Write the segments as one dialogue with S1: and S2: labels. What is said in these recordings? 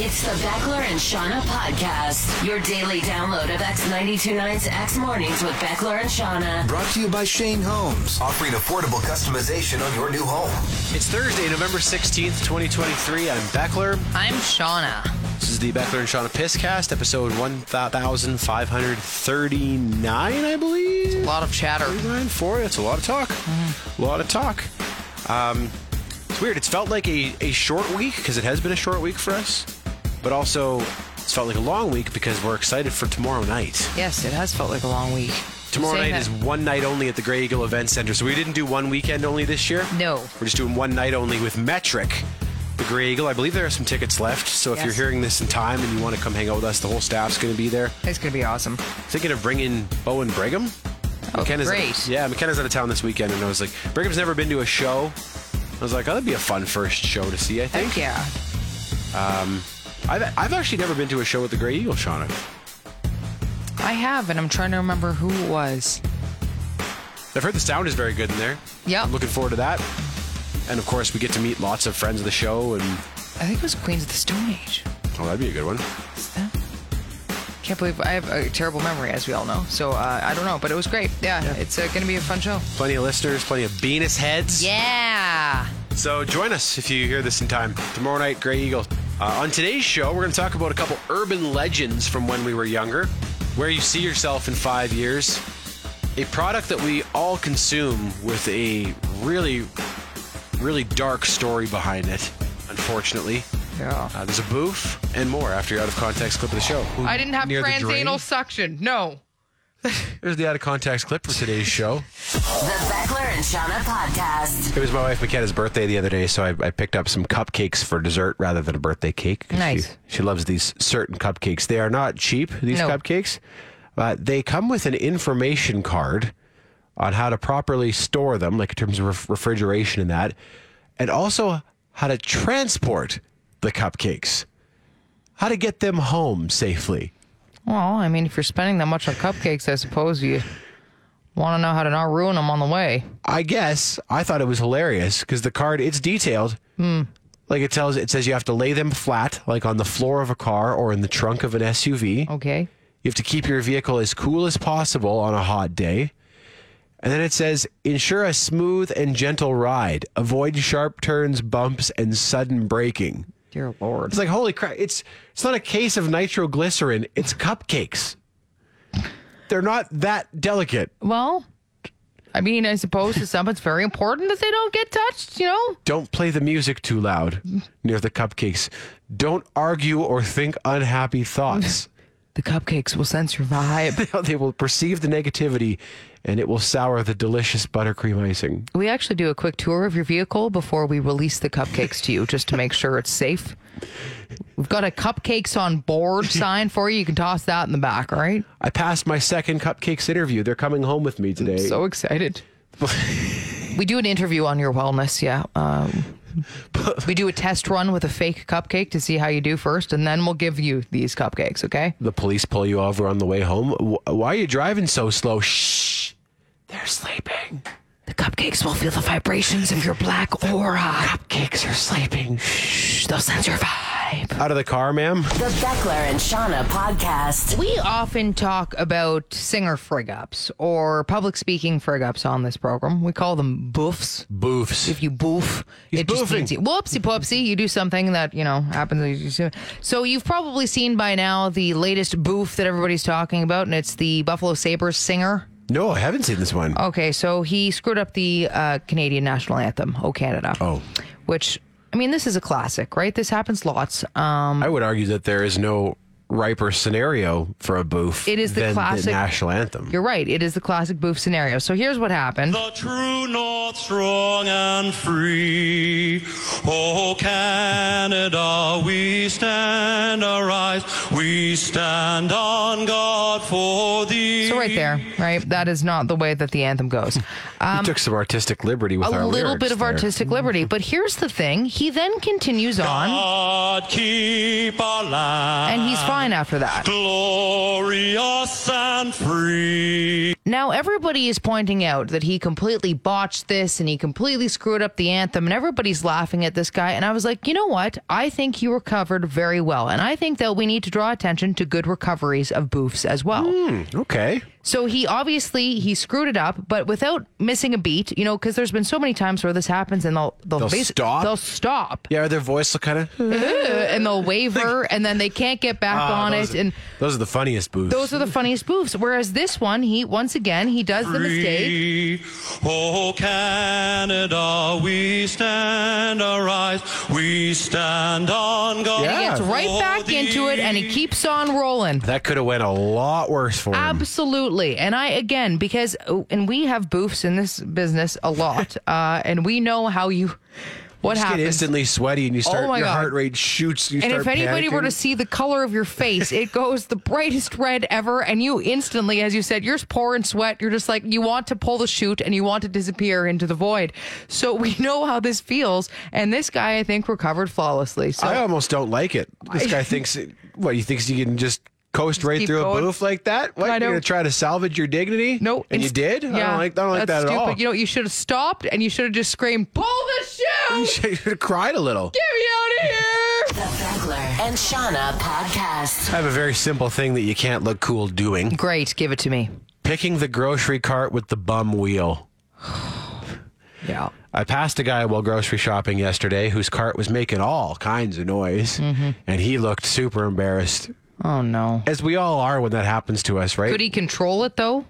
S1: It's the Beckler and Shauna podcast, your daily download of X929's X Mornings with Beckler and Shauna.
S2: Brought to you by Shane Holmes.
S3: offering affordable customization on your new home.
S4: It's Thursday, November 16th, 2023. I'm Beckler.
S5: I'm Shauna.
S4: This is the Beckler and Shauna Pisscast, episode 1539, I
S5: A
S4: believe.
S5: lot of chatter.
S4: 39 for It's a lot of talk. A lot of talk. Um, it's weird. It's felt like a, a short week because it has been a short week for us, but also it's felt like a long week because we're excited for tomorrow night.
S5: Yes, it has felt like a long week.
S4: Tomorrow
S5: Saying
S4: night is
S5: that-
S4: one night only at the Grey Eagle Event Center. So we didn't do one weekend only this year.
S5: No.
S4: We're just doing one night only with Metric, the Grey Eagle. I believe there are some tickets left. So if
S5: Yes.
S4: you're hearing this in time and you want to come hang out with us, the whole staff's going to be there.
S5: It's gonna be awesome.
S4: Thinking of bringing Bowen Brigham.
S5: Oh,
S4: McKenna's
S5: great.
S4: Out of, yeah, McKenna's out of town this weekend, and I was like, Brigham's never been to a show. I was like, oh, that'd be a fun first show to see. I think.
S5: Heck yeah.
S4: I've, I've actually never been to a show with the Grey Eagle, Shauna.
S5: I have, and I'm trying to remember who it was.
S4: I've heard the sound is very good in there.
S5: Yep.
S4: I'm looking forward to that. And of course, we get to meet lots of friends of the show, and
S5: I think it was Queens of the Stone Age.
S4: oh, that'd be a good one.
S5: Is that- Can't believe I have a terrible memory, as we all know. So uh, I don't know, but it was great. Yeah, it's uh, gonna be a fun show.
S4: Plenty of listeners, plenty of Venus heads.
S5: Yeah.
S4: So join us if you hear this in time. Tomorrow night, Grey Eagle. Uh, on today's show, we're going to talk about a couple urban legends from when we were younger, where you see yourself in five years, a product that we all consume with a really, really dark story behind it, unfortunately.
S5: Yeah.
S4: Uh, there's a booth and more after your out of context clip of the show.
S5: I didn't have
S4: Near the drain.
S5: transanal suction. No.
S4: There's the out of context clip for today's show.
S1: The Beckler and Shauna podcast.
S4: It was my wife McKenna's birthday the other day, so I, I picked up some cupcakes for dessert rather than a birthday cake. 'cause
S5: Nice.
S4: She, she loves these certain cupcakes. They are not cheap, these
S5: No.
S4: cupcakes. but they come with an information card on how to properly store them, like in terms of ref- refrigeration and that, and also how to transport the cupcakes, how to get them home safely.
S5: Well, I mean, if you're spending that much on cupcakes, I suppose you want to know how to not ruin them on the way.
S4: I guess I thought it was hilarious because the card it's detailed. Like it tells it says you have to lay them flat, like on the floor of a car or in the trunk of an SUV.
S5: Okay.
S4: You have to keep your vehicle as cool as possible on a hot day. And then it says ensure a smooth and gentle ride. Avoid sharp turns, bumps, and sudden braking.
S5: Dear Lord.
S4: It's like holy crap! It's it's not a case of nitroglycerin. It's cupcakes. They're not that delicate.
S5: Well, I mean, I suppose to some it's very important that they don't get touched, you know?
S4: Don't play the music too loud near the cupcakes. Don't argue or think unhappy thoughts.
S5: The cupcakes will sense your vibe.
S4: they will perceive the negativity and it will sour the delicious buttercream icing.
S5: we actually do a quick tour of your vehicle before we release the cupcakes to you just to make sure it's safe. We've got a cupcakes on board sign for you. You can toss that in the back, all right?
S4: I passed my second cupcakes interview. They're coming home with me today.
S5: So excited. we do an interview on your wellness, yeah. Um, we do a test run with a fake cupcake to see how you do first, and then we'll give you these cupcakes, okay?
S4: the police pull you over on the way home. "Wh- Why are you driving so slow? Shh. They're sleeping.
S5: The cupcakes will feel the vibrations of your black aura.
S4: Cupcakes are sleeping.
S5: Shh, they'll sense your vibe.
S4: Out of the car, ma'am.
S1: The Beckler and Shauna podcast.
S5: We often talk about singer frig ups or public speaking frig ups on this program. We call them boofs.
S4: Boofs.
S5: If you boof,
S4: He's
S5: it just
S4: boofing.
S5: means you, whoopsie poopsie, you do something that, you know, happens. So you've probably seen by now the latest boof that everybody's talking about, and it's the Buffalo Sabres singer.
S4: No, I haven't seen this one.
S5: Okay, so he screwed up the uh, Canadian national anthem, "O Canada."
S4: Oh.
S5: which I mean, this is a classic, right? This happens lots. Um,
S4: I would argue that there is no riper scenario for a boof.
S5: It is the
S4: than
S5: classic-
S4: national anthem.
S5: you're right; it is the classic boof scenario. So here's what happened.
S6: The true north, strong and free. Oh, Canada, we stand, arise. We stand on God for thee.
S5: So right there, right? That is not the way that the anthem goes.
S4: we took some artistic liberty with our
S5: a little
S4: lyrics
S5: bit of
S4: there.
S5: artistic liberty, but here's the thing: he then continues on,
S6: God keep our land.
S5: and he's fine after that.
S6: Glorious and free.
S5: Now, everybody is pointing out that he completely botched this and he completely screwed up the anthem, and everybody's laughing at this guy. And I was like, you know what? I think you recovered very well. And I think that we need to draw attention to good recoveries of boofs as well.
S4: Hmm. Okay.
S5: So he obviously he screwed it up, but without missing a beat, you know, because there's been so many times where this happens and they'll they'll,
S4: They'll
S5: basi-
S4: stop?
S5: they'll stop
S4: Yeah, their voice will kind of.
S5: and they'll waver and then they can't get back on it and
S4: Those are the funniest booths.
S5: those are the funniest boofs. Whereas this one, he once again he does the mistake.
S6: Free. Oh, Canada, we stand arise. We stand on God.
S5: And he gets right back into it and he keeps on rolling.
S4: that could have went a lot worse for him.
S5: Absolutely. And I, again, because, oh, and we have boofs in this business a lot, uh, and we know how you, what
S4: You just get
S5: happens. Oh
S4: instantly sweaty and you start
S5: my
S4: your
S5: God.
S4: heart rate shoots. You
S5: And
S4: start
S5: if anybody were to
S4: panicking.
S5: see the color of your face, it goes the brightest red ever. And you instantly, as you said, you're pouring sweat. You're just like, you want to pull the chute and you want to disappear into the void. So we know how this feels. And this guy, I think, recovered flawlessly. So
S4: I almost don't like it. This guy thinks, it- what, he thinks he can just coast right
S5: keep
S4: through
S5: going.
S4: a booth like that? What,
S5: I
S4: you're going to
S5: don't-
S4: try to salvage your dignity?
S5: No,
S4: And you
S5: inst-
S4: did? I don't like, I don't like that
S5: that's
S4: at all.
S5: stupid. You know, you should have stopped and you should have just screamed, "Pull the shoe!
S4: You should have cried a little.
S5: Get me out of here!"
S1: The Beckler and Shauna podcast.
S4: I have a very simple thing that you can't look cool doing
S5: Great, give it to me.
S4: picking the grocery cart with the bum wheel.
S5: Yeah,
S4: I passed a guy while grocery shopping yesterday whose cart was making all kinds of noise,
S5: Mm-hmm.
S4: and he looked super embarrassed,
S5: Oh no.
S4: as we all are when that happens to us, right?
S5: Could he control it though?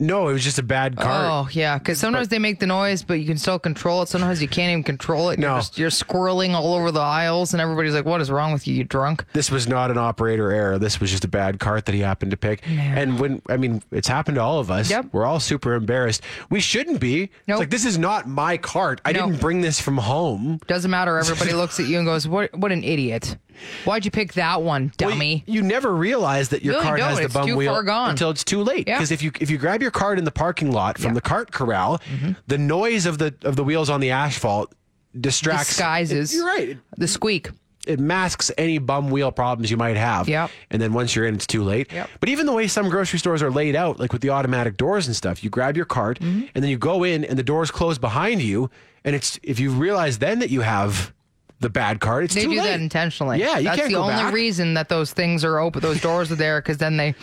S4: no, it was just a bad cart.
S5: Oh yeah, because sometimes they make the noise, but you can still control it. Sometimes you can't even control it. and
S4: No.
S5: You're, just, you're squirreling all over the aisles, and everybody's like, "What is wrong with you? You drunk?"
S4: this was not an operator error. This was just a bad cart that he happened to pick. And when I mean, it's happened to all of us.
S5: Yep.
S4: We're all super embarrassed. We shouldn't be.
S5: Nope.
S4: It's like this is not my cart. I
S5: No.
S4: didn't bring this from home.
S5: Doesn't matter. Everybody looks at you and goes, "What? What an idiot! Why'd you pick that one,
S4: Well,
S5: dummy?"
S4: You, you never realize that your
S5: Really
S4: cart has
S5: don't.
S4: the
S5: It's
S4: bum
S5: too
S4: wheel
S5: far gone.
S4: until it's too late.
S5: Yeah.
S4: Because if you if you grab your cart in the parking lot from
S5: Yeah. Mm-hmm.
S4: the cart corral, the noise of the of the wheels on the asphalt distracts
S5: Disguises.
S4: you're right. It,
S5: the squeak.
S4: it masks any bum wheel problems you might have.
S5: Yep.
S4: And then once you're in, it's too late.
S5: Yep.
S4: But even the way some grocery stores are laid out, like with the automatic doors and stuff, you grab your cart
S5: Mm-hmm.
S4: and then you go in and the doors close behind you. And it's if you realize then that you have the bad cart, it's
S5: They
S4: too
S5: do
S4: late.
S5: that intentionally.
S4: Yeah, you
S5: that's
S4: can't
S5: the
S4: go
S5: only
S4: back.
S5: reason that those things are open, those doors are there, because then they,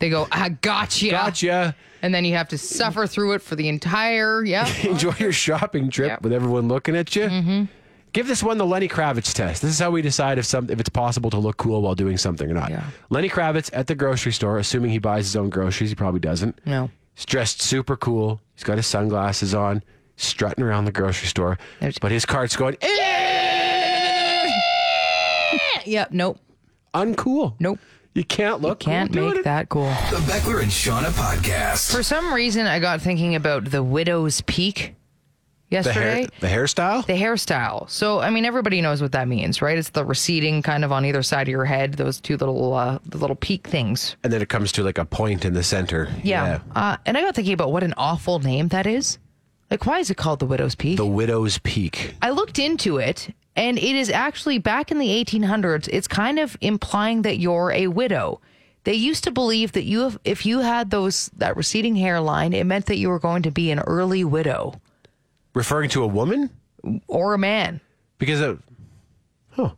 S5: they go, I gotcha,
S4: Gotcha.
S5: and then you have to suffer through it for the entire. Yeah,
S4: Enjoy your shopping trip
S5: Yep. Mm-hmm.
S4: with everyone looking at you. Give this one the Lenny Kravitz test. This is how we decide if some if it's possible to look cool while doing something or not.
S5: Yeah.
S4: Lenny Kravitz at the grocery store, assuming he buys his own groceries, he probably doesn't.
S5: no,
S4: He's dressed super cool. He's got his sunglasses on, strutting around the grocery store.
S5: There's-
S4: but his cart's going, "Eh!"
S5: yeah, nope,
S4: uncool.
S5: nope.
S4: You can't look
S5: Can't
S4: cool doing
S5: make
S4: it.
S5: that cool.
S3: The Beckler and Shauna podcast.
S5: For some reason, I got thinking about the widow's peak
S4: The,
S5: yesterday.
S4: hair, the hairstyle?
S5: the hairstyle. So, I mean, everybody knows what that means, right? It's the receding kind of on either side of your head, those two little uh, the little peak things.
S4: and then it comes to like a point in the center.
S5: Yeah. Uh, and I got thinking about what an awful name that is. Like, why is it called the Widow's Peak?
S4: The widow's peak.
S5: I looked into it, and it is actually back in the 1800s, it's kind of implying that you're a widow. They used to believe that you, have, if you had those that receding hairline, it meant that you were going to be an early widow
S4: Referring to a woman?
S5: or a man.
S4: Because of. Huh.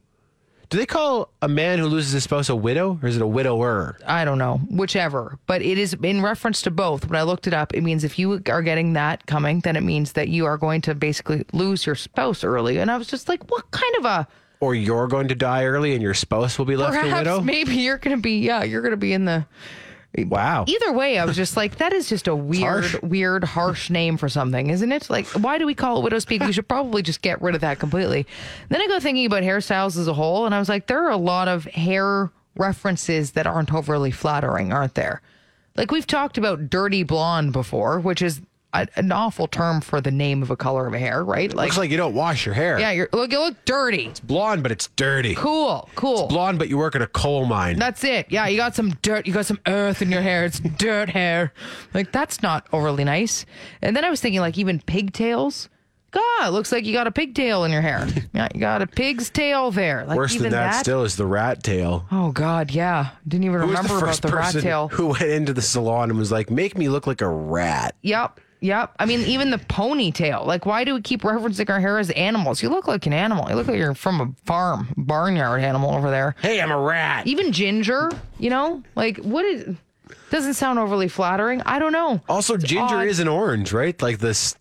S4: Do they call a man who loses his spouse a widow or is it a widower?
S5: I don't know, whichever. But it is in reference to both. When I looked it up, it means if you are getting that coming, then it means that you are going to basically lose your spouse early. And I was just like, what kind of a
S4: Or you're going to die early and your spouse will be left a widow?
S5: perhaps maybe you're going to be yeah, you're going to be in the
S4: Wow.
S5: Either way, I was just like, that is just a weird,
S4: harsh.
S5: weird, harsh name for something, isn't it? Like, why do we call it widow's peak? We should probably just get rid of that completely. Then I go thinking about hairstyles as a whole, and I was like, there are a lot of hair references that aren't overly flattering, aren't there? Like we've talked about dirty blonde before, which is a, an awful term for the name of a color of hair, right? Like,
S4: Looks like you don't wash your hair.
S5: yeah, you're look, you look dirty.
S4: Blonde, but it's dirty.
S5: Cool, cool.
S4: Blonde, but you work at a coal mine.
S5: That's it. Yeah, you got some dirt. You got some earth in your hair. It's dirt hair. Like that's not overly nice. And then I was thinking, like even pigtails. God, looks like you got a pigtail in your hair. Yeah, you got a pig's tail there. Like
S4: Worse than
S5: even
S4: that, still is the rat tail.
S5: Oh God, yeah. Didn't even
S4: Who was
S5: remember
S4: the
S5: about
S4: first
S5: the rat
S4: person
S5: tail.
S4: who went into the salon and was like, "Make me look like a rat"?
S5: Yep. Yep. I mean, even the ponytail. Like, why do we keep referencing our hair as animals? You look like an animal. You look like you're from a farm, barnyard animal over there.
S4: Hey, I'm a rat.
S5: Even ginger, you know? Like, what is. Doesn't sound overly flattering. I don't know.
S4: Also, ginger
S5: odd.
S4: is an orange, right? Like this,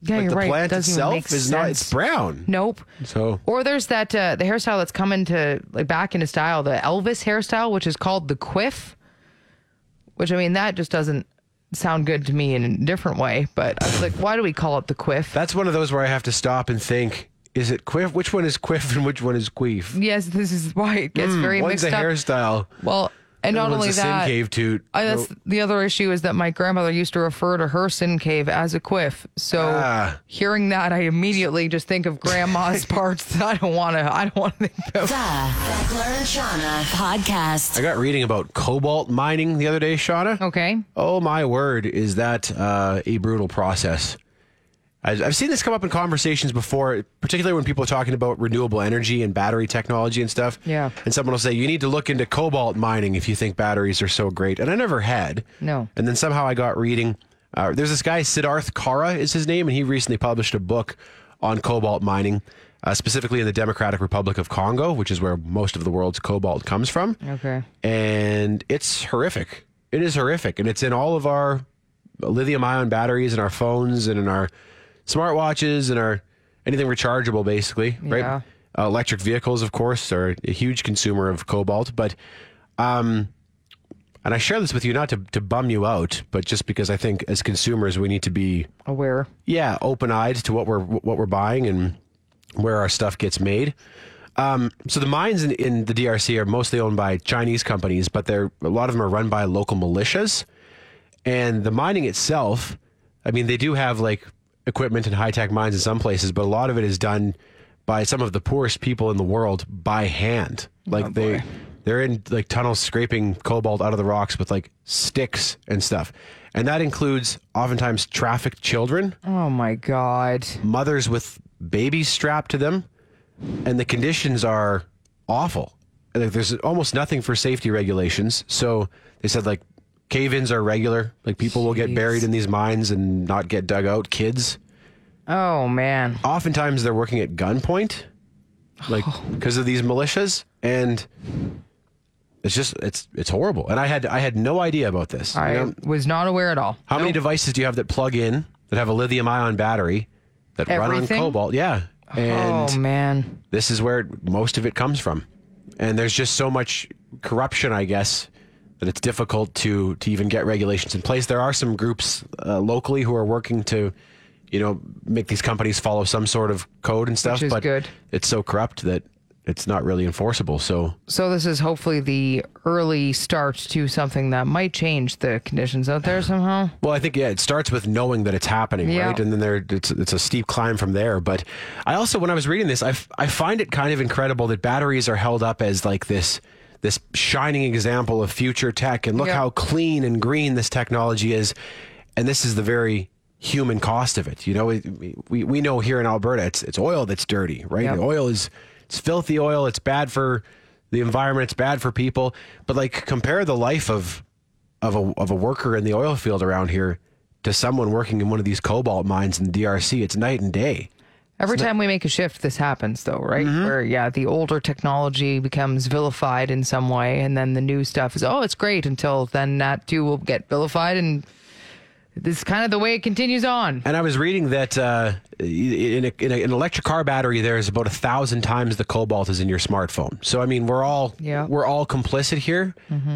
S5: Yeah,
S4: like
S5: you're
S4: the
S5: right.
S4: plant
S5: Doesn't even
S4: itself
S5: make
S4: is not. It's
S5: sense. Hmm.
S4: brown.
S5: Nope.
S4: So-
S5: or there's that uh, the hairstyle that's coming to like back into style, the Elvis hairstyle, which is called the quiff. Which I mean, that just doesn't sound good to me in a different way. But I was like, why do we call it the quiff?
S4: That's one of those where I have to stop and think: Is it quiff? Which one is quiff and which one is queef?
S5: yes, this is why it gets very
S4: One's
S5: mixed
S4: a
S5: up.
S4: hairstyle.
S5: well, and not
S4: one's
S5: only
S4: a sin
S5: that,
S4: cave toot.
S5: I, that's the other issue is that my grandmother used to refer to her sin cave as a quiff. So
S4: Ah.
S5: hearing that, I immediately just think of grandma's parts that I don't want to. I don't want to think about.
S1: The Beckler and Shauna podcast.
S4: I got reading about cobalt mining the other day, Shauna.
S5: Okay.
S4: Oh my word, is that uh, a brutal process? I- I've seen this come up in conversations before, particularly when people are talking about renewable energy and battery technology and stuff.
S5: Yeah.
S4: And someone will say, you need to look into cobalt mining if you think batteries are so great. And I never had.
S5: No.
S4: And then somehow I got reading. Uh, there's this guy, Siddharth Kara is his name, and he recently published a book on cobalt mining, uh, specifically in the Democratic Republic of Congo, which is where most of the world's cobalt comes from
S5: Okay.
S4: and it's horrific. It is horrific, and it's in all of our lithium-ion batteries and our phones and in our smartwatches and our anything rechargeable, basically.
S5: Yeah.
S4: Right? Uh, electric vehicles, of course, are a huge consumer of cobalt, but um, and I share this with you not to to bum you out, but just because I think as consumers we need to be
S5: Aware.
S4: yeah open-eyed to what we're what we're buying and where our stuff gets made um, so the mines in, in the drc are mostly owned by chinese companies but they're a lot of them are run by local militias and the mining itself i mean they do have like equipment and high-tech mines in some places but a lot of it is done by some of the poorest people in the world by hand like they they're in like tunnels scraping cobalt out of the rocks with like sticks and stuff and that includes oftentimes trafficked children
S5: Oh my God.
S4: mothers with babies strapped to them, and the conditions are awful. Like there's almost nothing for safety regulations. So they said like cave-ins are regular. Like people will get
S5: Jeez.
S4: buried in these mines and not get dug out. Kids.
S5: Oh man.
S4: Oftentimes they're working at gunpoint, like
S5: Oh.
S4: because of these militias, and it's just it's it's horrible. And I had I had no idea about this.
S5: I
S4: You know,
S5: was not aware at all.
S4: how many devices do you have that plug in that have a lithium ion battery that run on
S5: Everything?
S4: cobalt? Yeah. And
S5: oh man.
S4: this is where it- most of it comes from. And there's just so much corruption, I guess, that it's difficult to to even get regulations in place. There are some groups uh, locally who are working to, you know, make these companies follow some sort of code and stuff.
S5: Which is
S4: but
S5: good.
S4: it's so corrupt that it's not really enforceable. So
S5: So this is hopefully the early start to something that might change the conditions out there somehow.
S4: Well, I think yeah, it starts with knowing that it's happening,
S5: Yeah.
S4: right? And then there, it's it's a steep climb from there. But I also, when I was reading this, I, f- I find it kind of incredible that batteries are held up as like this this shining example of future tech, and look
S5: Yeah.
S4: how clean and green this technology is, and this is the very human cost of it. You know, it, we we know here in Alberta, it's it's oil that's dirty, right?
S5: Yeah.
S4: The Oil is it's filthy oil. It's bad for the environment. It's bad for people. But like, compare the life of of a of a worker in the oil field around here to someone working in one of these cobalt mines in the DRC, it's night and day.
S5: Every time we make a shift, this happens though, right? Where yeah, the older technology becomes vilified in some way, and then the new stuff is oh, it's great. Until then, that too will get vilified, and this is kind of the way it continues on.
S4: And I was reading that uh, in, a, in a, an electric car battery, there is about a thousand times the cobalt is in your smartphone. So I mean, we're all
S5: Yeah.
S4: we're all complicit here.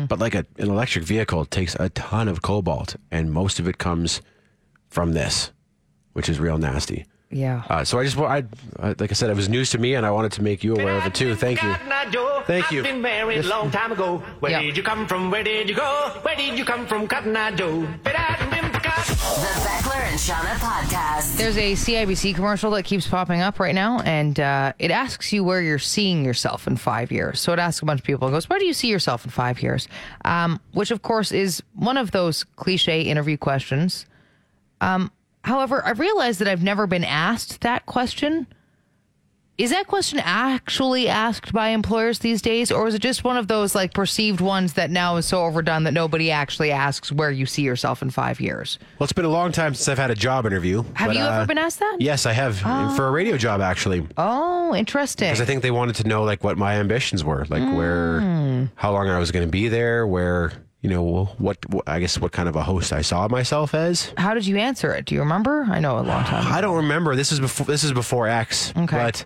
S4: But like a, an electric vehicle takes a ton of cobalt, and most of it comes from this, which is real nasty.
S5: Yeah.
S4: Uh, so I just, wa- I, I like I said, it was news to me, and I wanted to make you aware of it too. Thank you. Thank
S7: Thank
S4: you.
S7: I've been married a long time ago. Where
S5: Yeah.
S7: did you come from? Where did you go? Where did you come from, Cotton Eye Joe? But I've been forgotten.
S1: The Beckler and Shauna podcast.
S5: There's a CIBC commercial that keeps popping up right now, and uh, it asks you where you're seeing yourself in five years. So it asks a bunch of people, it goes, Where do you see yourself in five years? Um, which, of course, is one of those cliche interview questions. Um, However, I've realized that I've never been asked that question. Is that question actually asked by employers these days, or is it just one of those like perceived ones that now is so overdone that nobody actually asks where you see yourself in five years?
S4: Well, it's been a long time since I've had a job interview. uh,
S5: Have you ever been asked that?
S4: Yes, I have uh, for a radio job actually, because
S5: Oh, interesting.
S4: I think they wanted to know like what my ambitions were, like
S5: Hmm.
S4: where, how long I was going to be there, where you know what, what I guess what kind of a host I saw myself as.
S5: How did you answer it? Do you remember? I know a long time.
S4: I don't remember. This is before this is before X.
S5: Okay.
S4: But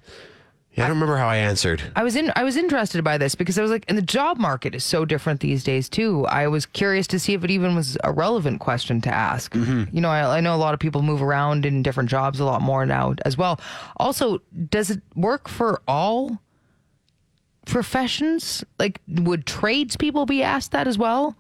S4: yeah, I don't remember how I answered.
S5: I was in I was interested by this because I was like and the job market is so different these days too. I was curious to see if it even was a relevant question to ask.
S4: Mm-hmm.
S5: You know, I, I know a lot of people move around in different jobs a lot more now as well. Also, does it work for all professions? Like would tradespeople be asked that as well?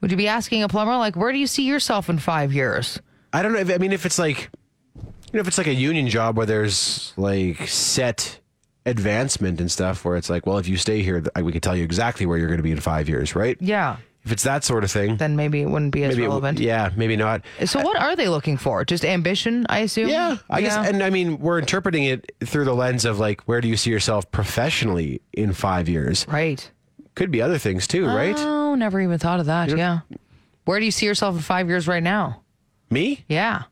S5: Would you be asking a plumber like where do you see yourself in five years?
S4: I don't know. If, I mean, if it's like, you know, if it's like a union job where there's like set advancement and stuff, where it's like, well, if you stay here, th- we can tell you exactly where you're going to be in five years, right?
S5: Yeah.
S4: If it's that sort of thing,
S5: Then maybe it wouldn't be as
S4: maybe it w-
S5: relevant.
S4: yeah, maybe not.
S5: So what are they looking for? Just ambition, I assume.
S4: Yeah, I
S5: Yeah.
S4: guess, and I mean, we're interpreting it through the lens of like, where do you see yourself professionally in five years?
S5: right.
S4: Could be other things too, right?
S5: Oh, never even thought of that. Yeah. Where do you see yourself in five years right now?
S4: Me,
S5: Yeah.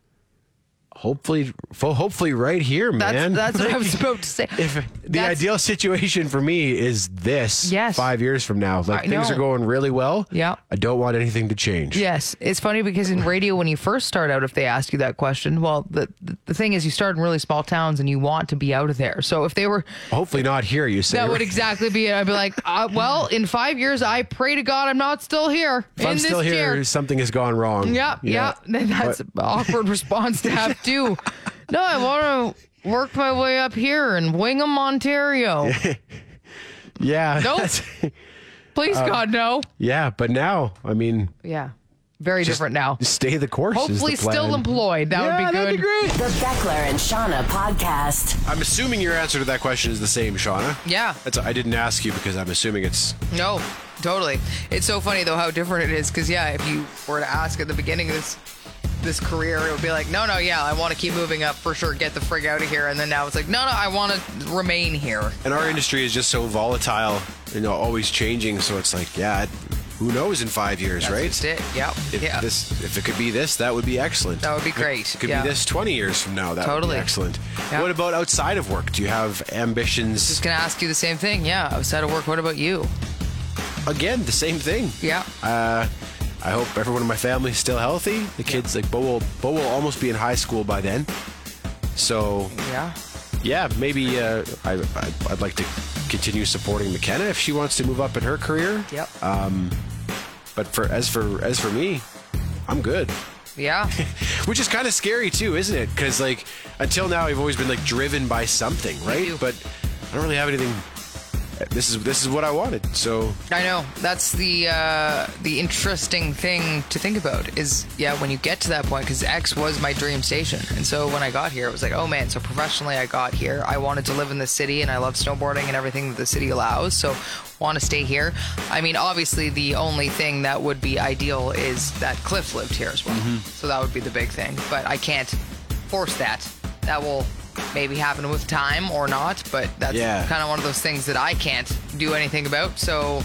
S4: hopefully, fo- hopefully, right here,
S5: That's
S4: man.
S5: that's what I was about to say.
S4: if the
S5: That's-
S4: ideal situation for me is this
S5: Yes.
S4: five years from now like
S5: I
S4: things
S5: know.
S4: are going really well
S5: Yeah.
S4: i don't want anything to change
S5: Yes, it's funny because in radio, when you first start out, if they ask you that question, well, the the- the thing is, you start in really small towns and you want to be out of there. So if they were,
S4: hopefully not here you say
S5: that would exactly be it. I'd be like, uh, well, in five years, I pray to God I'm not still here.
S4: if
S5: in
S4: i'm
S5: this
S4: still here
S5: chair.
S4: something has gone wrong
S5: Yep,
S4: Yeah.
S5: yep. Then that's an awkward response to have too. No, I want to work my way up here in Wingham, Ontario.
S4: yeah
S5: Nope.
S4: that's-
S5: Please,
S4: Uh,
S5: God, no.
S4: yeah but now i mean
S5: Yeah, very
S4: just
S5: different now.
S4: stay the course is the
S5: Hopefully, still
S4: plan.
S5: employed. That
S4: Yeah,
S5: would
S4: that'd
S5: be good.
S4: be great
S1: The Beckler and Shauna podcast.
S4: i'm assuming your answer to that question is the same shauna
S5: Yeah.
S4: that's i didn't ask you because i'm assuming it's
S5: No, totally. It's so funny though how different it is because yeah, if you were to ask at the beginning of this this career, it would be like, no, no, yeah, I want to keep moving up for sure. Get the frig out of here. And then now it's like, no, no, I want to remain here.
S4: and our industry is just so volatile you know always changing so it's like yeah who knows in five years
S5: That's
S4: right
S5: just it. Yep.
S4: if
S5: yeah.
S4: this if it could be this that would be excellent
S5: That would be
S4: If
S5: great,
S4: it could
S5: yeah.
S4: be this 20 years from now that would
S5: Totally.
S4: be excellent
S5: Yeah.
S4: what about outside of work do you have ambitions
S5: Just gonna ask you the same thing. Yeah, outside of work, what about you?
S4: again the same thing
S5: Yeah.
S4: uh I hope everyone in my family is still healthy. The kids, like Bo, will Bo will almost be in high school by then. So
S5: Yeah.
S4: yeah, maybe uh, I, I I'd like to continue supporting McKenna if she wants to move up in her career.
S5: Yep.
S4: But for as for as for me, I'm good.
S5: yeah.
S4: which is kind of scary too, isn't it? Because like until now, I've always been like driven by something, right?
S5: do.
S4: But I don't really have anything. This is this is what I wanted. So
S5: I know. That's the uh, the interesting thing to think about is yeah when you get to that point because X was my dream station and so when I got here it was like oh man so professionally I got here I wanted to live in the city and I love snowboarding and everything that the city allows so want to stay here. I mean obviously the only thing that would be ideal is that Cliff lived here as well so that would be the big thing but I can't force that that will maybe happen with time or not but that's
S4: Yeah.
S5: kind of one of those things that I can't do anything about so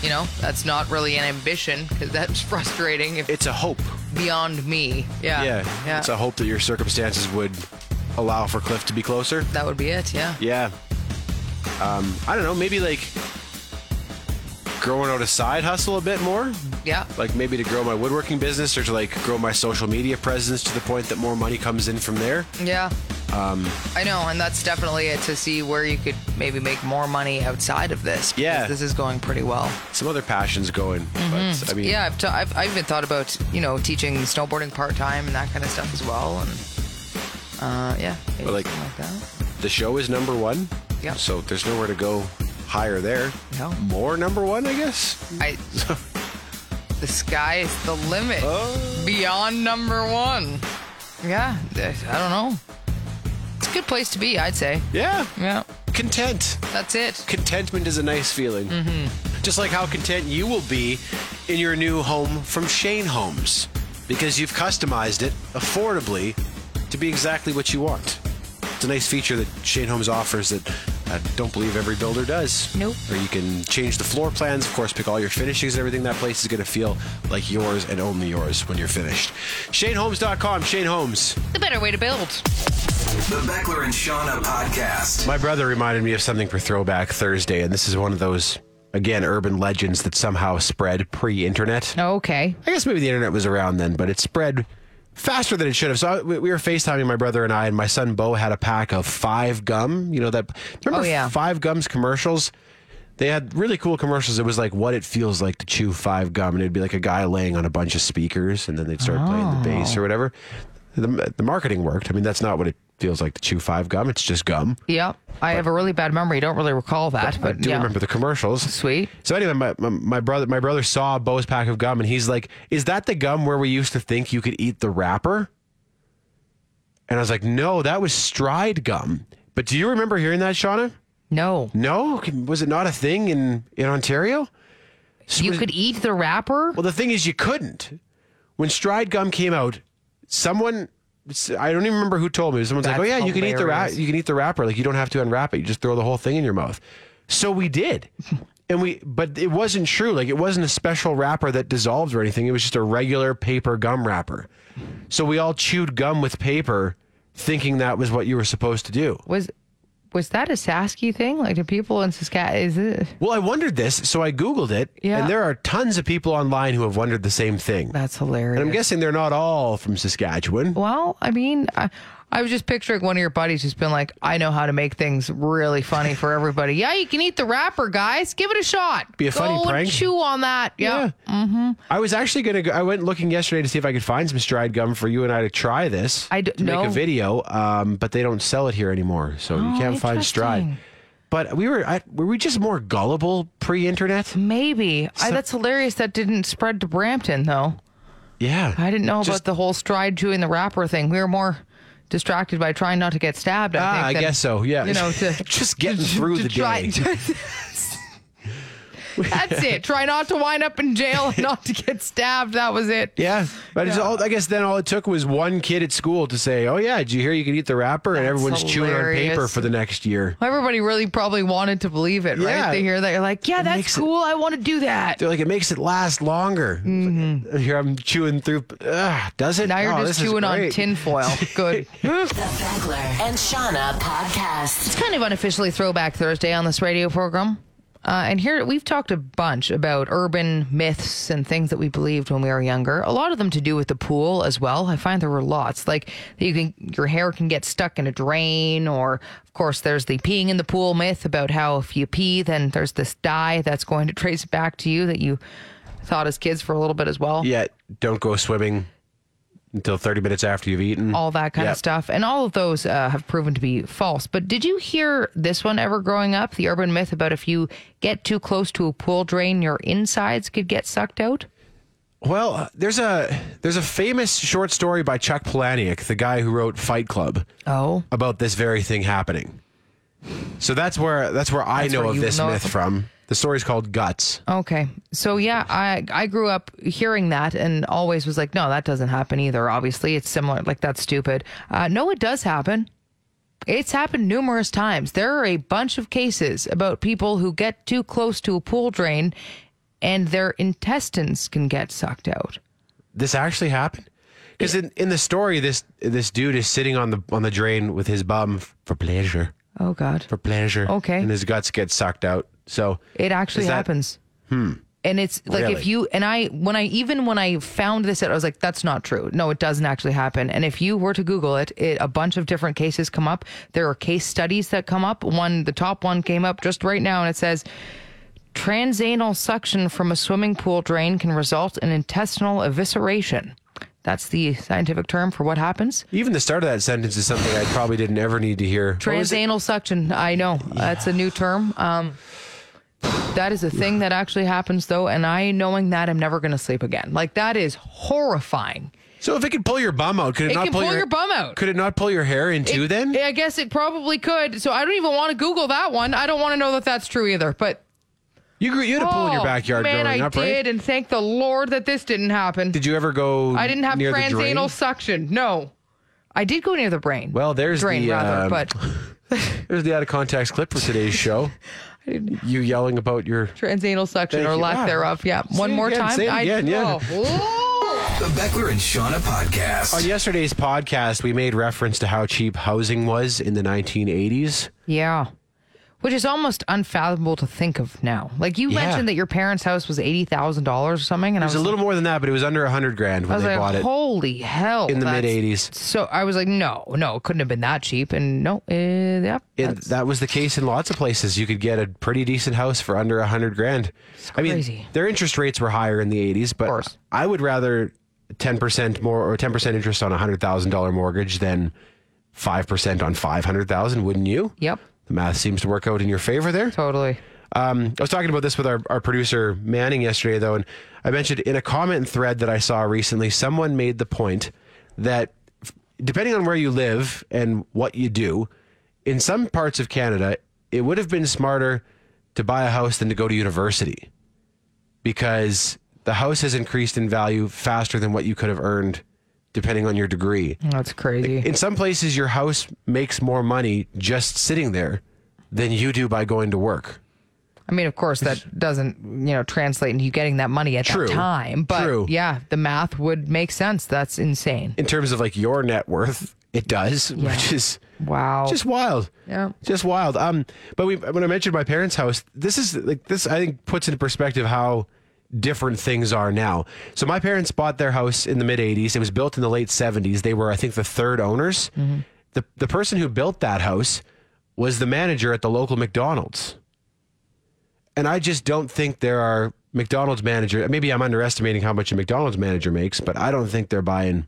S5: you know, that's not really an ambition because that's frustrating if
S4: it's a hope.
S5: beyond me. Yeah.
S4: Yeah, it's a hope that your circumstances would allow for Cliff to be closer.
S5: that would be it. Yeah.
S4: Yeah. Um, I don't know. Maybe like growing out a side hustle a bit more.
S5: Yeah.
S4: Like maybe to grow my woodworking business or to like grow my social media presence to the point that more money comes in from there.
S5: Yeah.
S4: um,
S5: I know, and that's definitely it to see where you could maybe make more money outside of this. because
S4: Yeah.
S5: This is going pretty well.
S4: Some other passions going. But I mean,
S5: Mm-hmm. Yeah. I've, t- I've, I've even thought about, you know, teaching snowboarding part time and that kind of stuff as well. And, uh, yeah. maybe
S4: But, like-
S5: something like that.
S4: The show is number one.
S5: Yep.
S4: So there's nowhere to go higher there.
S5: No.
S4: More number one, I guess.
S5: I, the sky is the limit
S4: Oh.
S5: beyond number one. Yeah, I I don't know. It's a good place to be, I'd say.
S4: Yeah.
S5: Yeah,
S4: Content.
S5: that's it.
S4: Contentment is a nice feeling. Just like how content you will be in your new home from Shane Homes because you've customized it affordably to be exactly what you want. It's a nice feature that Shane Holmes offers that I don't believe every builder does.
S5: Nope.
S4: Or you can change the floor plans, of course, pick all your finishings and everything. That place is going to feel like yours and only yours when you're finished. ShaneHolmes.com, Shane Holmes.
S5: The better way to build.
S3: The Beckler and Shauna podcast.
S4: My brother reminded me of something for Throwback Thursday, and this is one of those, again, urban legends that somehow spread pre internet.
S5: Okay.
S4: I guess maybe the internet was around then, but it spread faster than it should have. So I, we we were FaceTiming my brother and I, and my son Bo had a pack of Five Gum. You know that? Remember
S5: Oh, yeah.
S4: Five Gum's commercials? They had really cool commercials. It was like what it feels like to chew Five Gum, and it'd be like a guy laying on a bunch of speakers, and then they'd start playing the bass
S5: Oh.
S4: or whatever. The, the marketing worked. I mean, that's not what it feels like to chew Five Gum. It's just gum.
S5: Yep. I have a really bad memory. Don't really recall that,
S4: I
S5: but
S4: do
S5: yeah.
S4: remember the commercials.
S5: Sweet.
S4: So anyway, my, my my brother my brother saw Bo's pack of gum and he's like, "Is that the gum where we used to think you could eat the wrapper?" And I was like, "No, that was stride gum." But do you remember hearing that, Shauna?
S5: No.
S4: No, Can- was it not a thing in in Ontario?
S5: You could eat the wrapper?
S4: Well, the thing is, you couldn't. When stride gum came out, someone. I don't even remember who told me. Someone's like, "Oh
S5: That's
S4: yeah, you can eat the wrap.
S5: hilarious.
S4: You can eat the wrapper. Like you don't have to unwrap it. You just throw the whole thing in your mouth." So we did, and we. But it wasn't true. Like it wasn't a special wrapper that dissolved or anything. It was just a regular paper gum wrapper. So we all chewed gum with paper, thinking that was what you were supposed to do.
S5: Was was that a Sasky thing? Like do people in Saskatchewan is it
S4: Well, I wondered this, so I googled it,
S5: Yeah.
S4: and there are tons of people online who have wondered the same thing.
S5: that's hilarious.
S4: And I'm guessing they're not all from Saskatchewan.
S5: well, I mean, I, I was just picturing one of your buddies just been like, I know how to make things really funny for everybody. yeah, you can eat the wrapper, guys. Give it a shot.
S4: Be a funny
S5: Go and
S4: prank.
S5: chew on that. Yeah. Mm-hmm.
S4: I was actually gonna. Go, I went looking yesterday to see if I could find some stride gum for you and I to try this.
S5: I d-
S4: to make
S5: no. Oh,
S4: a video, um, but they don't sell it here anymore, so you can't find stride.
S5: interesting.
S4: But we were I, were we just more gullible pre-internet?
S5: Maybe. I, that's hilarious. That didn't spread to Brampton though.
S4: Yeah,
S5: I didn't know
S4: Just-
S5: about the whole stride chewing the wrapper thing. We were more distracted by trying not to get stabbed. I,
S4: Ah,
S5: think,
S4: I
S5: than,
S4: guess so. Yeah,
S5: You know, to,
S4: just getting through
S5: to
S4: the
S5: try-
S4: day.
S5: that's it. Try not to wind up in jail and not to get stabbed. That was it.
S4: Yeah, but It's all, I guess then all it took was one kid at school to say, "Oh yeah, did you hear you can eat the wrapper?" And
S5: That's
S4: everyone's chewing on paper
S5: hilarious.
S4: for the next year.
S5: Everybody really probably wanted to believe it,
S4: Yeah.
S5: right? They hear that. You're like, yeah, that's
S4: makes it-
S5: cool. I want to do that.
S4: They're like, it makes it last longer. It's like, uh, Here I'm chewing through. Ugh, does it?
S5: Mm-hmm. Now you're
S4: Oh,
S5: just
S4: this is
S5: chewing on
S4: great.
S5: tinfoil. Good.
S1: The Beckler and Shauna podcast.
S5: It's kind of unofficially Throwback Thursday on this radio program. Uh, and here we've talked a bunch about urban myths and things that we believed when we were younger. A lot of them to do with the pool as well. I find there were lots like that you can your hair can get stuck in a drain, or of course there's the peeing in the pool myth about how if you pee, then there's this dye that's going to trace it back to you that you thought as kids for a little bit as well.
S4: Yeah, don't go swimming until 30 minutes after you've eaten.
S5: all that kind
S4: Yeah.
S5: of stuff. And all of those uh, have proven to be false. But did you hear this one ever growing up? The urban myth about if you get too close to a pool drain, your insides could get sucked out?
S4: Well, uh, there's a there's a famous short story by Chuck Palahniuk, the guy who wrote Fight Club,
S5: Oh.
S4: about this very thing happening. So that's where that's where I
S5: That's
S4: know
S5: where
S4: of
S5: you
S4: this
S5: know-
S4: myth from. The story's called Guts.
S5: Okay. So yeah, I I grew up hearing that and always was like, no, that doesn't happen either. Obviously, it's similar. Like that's stupid. Uh, no, it does happen. It's happened numerous times. There are a bunch of cases about people who get too close to a pool drain, and their intestines can get sucked out.
S4: this actually happened? Because in, in the story, this this dude is sitting on the on the drain with his bum f- for pleasure,
S5: Oh God.
S4: for pleasure.
S5: Okay.
S4: and his guts get sucked out. So
S5: It actually
S4: Is that- Hmm.
S5: happens. And it's like
S4: Really?
S5: if you and I when I even when I found this out, I was like, that's not true. No, it doesn't actually happen. And if you were to Google it, it a bunch of different cases come up. There are case studies that come up. One the top one came up just right now and it says Transanal suction from a swimming pool drain can result in intestinal evisceration. That's the scientific term for what happens.
S4: even the start of that sentence is something I probably didn't ever need to hear. What was it?
S5: Transanal suction. I know that's a new term. Um, that is a thing that actually happens, though, and I, knowing that, I'm never going to sleep again. Like that is horrifying.
S4: So if it could pull your bum out, could it,
S5: It
S4: not
S5: can
S4: pull,
S5: pull your bum out.
S4: Could it not pull your hair in two?
S5: It-
S4: then
S5: I guess it probably could. So I don't even want to Google that one. I don't want to know that that's true either. But
S4: you grew, you had a pool in your
S5: oh,
S4: backyard
S5: man,
S4: growing
S5: I
S4: up,
S5: did,
S4: right?
S5: and thank the Lord that this didn't happen.
S4: Did you ever go?
S5: I didn't have
S4: near the drain?
S5: transanal suction. No. I did go near the brain.
S4: Well, there's
S5: drain
S4: the,
S5: rather,
S4: um,
S5: but
S4: There's the out of context clip for today's show. you yelling about your
S5: transanal suction
S4: Thank
S5: or
S4: you.
S5: lack
S4: Ah.
S5: thereof. Yeah,
S4: Say
S5: one
S4: it
S5: more
S4: again,
S5: time.
S4: say it
S5: I-
S4: again, yeah.
S5: Oh.
S3: The Beckler and Shauna
S4: On
S3: podcast.
S4: yesterday's podcast, we made reference to how cheap housing was in the 1980s.
S5: yeah. Which is almost unfathomable to think of now. Like you
S4: Yeah.
S5: mentioned that your parents' house was eighty thousand dollars or something, and
S4: It
S5: I
S4: was
S5: was
S4: a little more than that, but it was under 100 grand
S5: I
S4: when
S5: was
S4: they
S5: like,
S4: bought it.
S5: holy hell!
S4: in the
S5: that's-
S4: mid-80s.
S5: So I was like, no, no, it couldn't have been that cheap. And no, uh, yeah,
S4: And that was the case in lots of places. You could get a pretty decent house for under 100 grand. I mean,
S5: crazy.
S4: their interest rates were higher in the 80s, but
S5: course.
S4: I would rather 10% more or 10% interest on a $100,000 mortgage than 5% on 500,000, wouldn't you?
S5: yep,
S4: The math seems to work out in your favor there.
S5: totally.
S4: Um, I was talking about this with our, our producer Manning yesterday, though, and I mentioned in a comment thread that I saw recently, someone made the point that f- depending on where you live and what you do, in some parts of Canada, it would have been smarter to buy a house than to go to university because the house has increased in value faster than what you could have earned depending on your degree.
S5: That's crazy.
S4: In some places, your house makes more money just sitting there than you do by going to work.
S5: I mean, of course, that doesn't you know translate into you getting that money at
S4: True.
S5: that time. But
S4: True.
S5: yeah, the math would make sense. That's insane.
S4: in terms of like your net worth, it does, which is
S5: Wow.
S4: just wild.
S5: Yeah.
S4: Just wild. Um, but we when I mentioned my parents' house, this is like this I think puts into perspective how different things are now. So my parents bought their house in the mid 80s. It was built in the late 70s. They were I think the third owners. The the person who built that house was the manager at the local McDonald's. And I just don't think there are McDonald's manager. Maybe I'm underestimating how much a McDonald's manager makes, but I don't think they're buying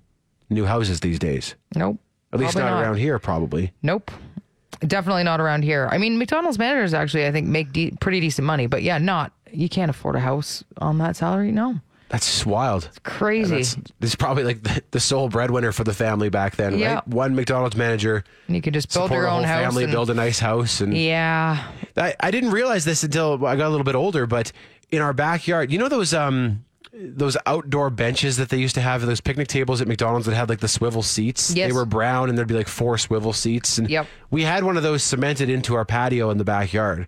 S4: new houses these days.
S5: nope.
S4: At least
S5: Probably
S4: not, around here, probably.
S5: Nope. Definitely not around here. I mean, McDonald's managers actually, I think, make de- pretty decent money, but yeah, not. You can't afford a house on that salary. No.
S4: That's just wild.
S5: Crazy.
S4: That's, that's probably like the, the sole breadwinner for the family back then,
S5: Yeah.
S4: right? One McDonald's manager.
S5: And you can just build
S4: support
S5: your
S4: a
S5: own
S4: whole
S5: house
S4: family,
S5: and-
S4: build a nice house, and
S5: yeah.
S4: I, I didn't realize this until I got a little bit older. But in our backyard, you know those um those outdoor benches that they used to have, those picnic tables at McDonald's that had like the swivel seats.
S5: Yes.
S4: They were brown, and there'd be like four swivel seats. And
S5: Yep.
S4: we had one of those cemented into our patio in the backyard,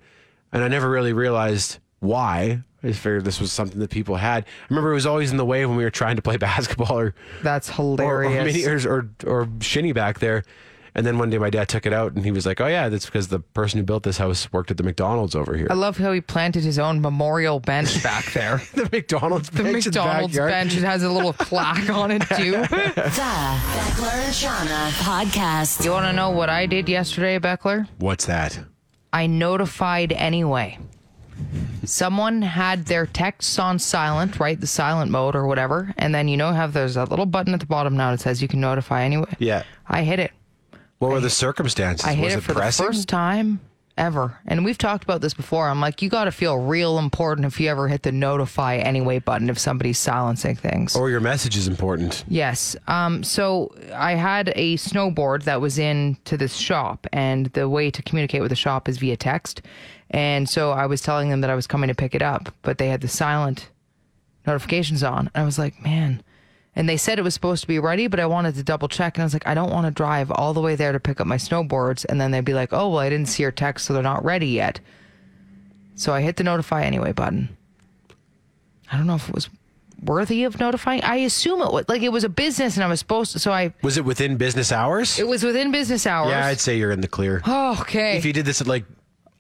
S4: and I never really realized why. I just figured this was something that people had. I remember it was always in the way when we were trying to play basketball or
S5: That's
S4: or, or,
S5: hilarious.
S4: mini, or, or or shinny back there. And then one day my dad took it out and he was like, "Oh yeah, that's because the person who built this house worked at the McDonald's over here."
S5: I love how he planted his own memorial bench back there.
S4: the McDonald's
S5: the
S4: bench in
S5: McDonald's
S4: backyard.
S5: bench. It has a little plaque on it, too.
S1: The Beckler and Shauna podcast.
S5: You want to know what I did yesterday, Beckler?
S4: What's that?
S5: I notified anyway. Someone had their texts on silent, right? The silent mode or whatever. And then you know how there's that little button at the bottom now that says you can notify anyway.
S4: Yeah.
S5: I hit it.
S4: What were the circumstances?
S5: I hit
S4: was
S5: it for
S4: pressing?
S5: the first time ever. And we've talked about this before. I'm like, you got to feel real important if you ever hit the notify anyway button if somebody's silencing things.
S4: Or your message is important.
S5: Yes. Um, so I had a snowboard that was in to this shop, and the way to communicate with the shop is via text. And so I was telling them that I was coming to pick it up, but they had the silent notifications on. I was like, man. And they said it was supposed to be ready, but I wanted to double check. And I was like, I don't want to drive all the way there to pick up my snowboards. And then they'd be like, oh, well, I didn't see your text, so they're not ready yet. So I hit the notify anyway button. I don't know if it was worthy of notifying. I assume it was like it was a business and I was supposed to. So I,
S4: Was it within business hours?
S5: it was within business hours.
S4: yeah, I'd say you're in the clear.
S5: oh, okay.
S4: If you did this at like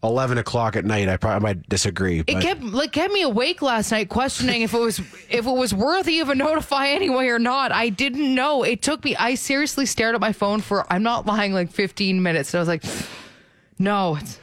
S4: eleven o'clock at night, I probably might disagree.
S5: it
S4: but-
S5: kept like kept me awake last night questioning if it was if it was worthy of a notify anyway or not. I didn't know. It took me I seriously stared at my phone for I'm not lying like 15 minutes. And I was like, no, it's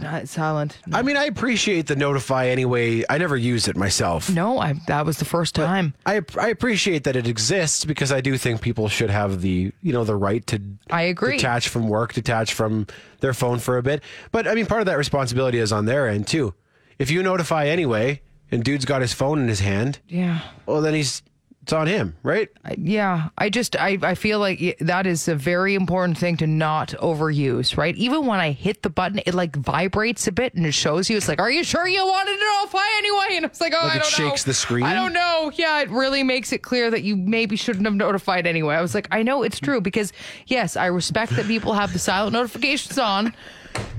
S5: not silent.
S4: I mean, I appreciate the notify anyway. I never use it myself.
S5: No, I that was the first time.
S4: I I appreciate that it exists because I do think people should have the you know the right to
S5: I agree.
S4: detach from work, detach from their phone for a bit. But I mean, part of that responsibility is on their end too. If you notify anyway, and dude's got his phone in his hand,
S5: yeah.
S4: well then he's It's on him, right?
S5: Yeah, I just I I feel like y- that is a very important thing to not overuse, right? Even when I hit the button, it like vibrates a bit and it shows you. It's like, are you sure you wanted it all play anyway? And it's like, oh,
S4: Like
S5: I
S4: it
S5: don't know.
S4: shakes the screen?
S5: I don't know. Yeah, it really makes it clear that you maybe shouldn't have notified anyway. I was like, I know it's true because yes, I respect that people have the silent notifications on.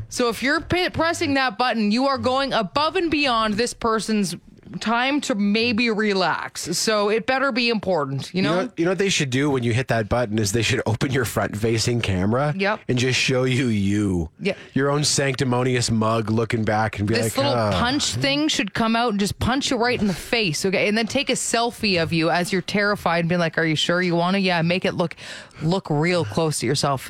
S5: So if you're p- pressing that button, you are going above and beyond this person's time to maybe relax. So it better be important,
S4: You
S5: you know?
S4: know, you know what they should do when you hit that button is they should open your front facing camera
S5: Yep.
S4: and just show you you.
S5: Yeah.
S4: Your own sanctimonious mug looking back and be
S5: This
S4: like,
S5: little
S4: "Ah."
S5: punch thing should come out and just punch you right in the face, okay? And then take a selfie of you as you're terrified and be like, "Are you sure you want to?" Yeah, make it look look real close to yourself.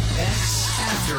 S3: After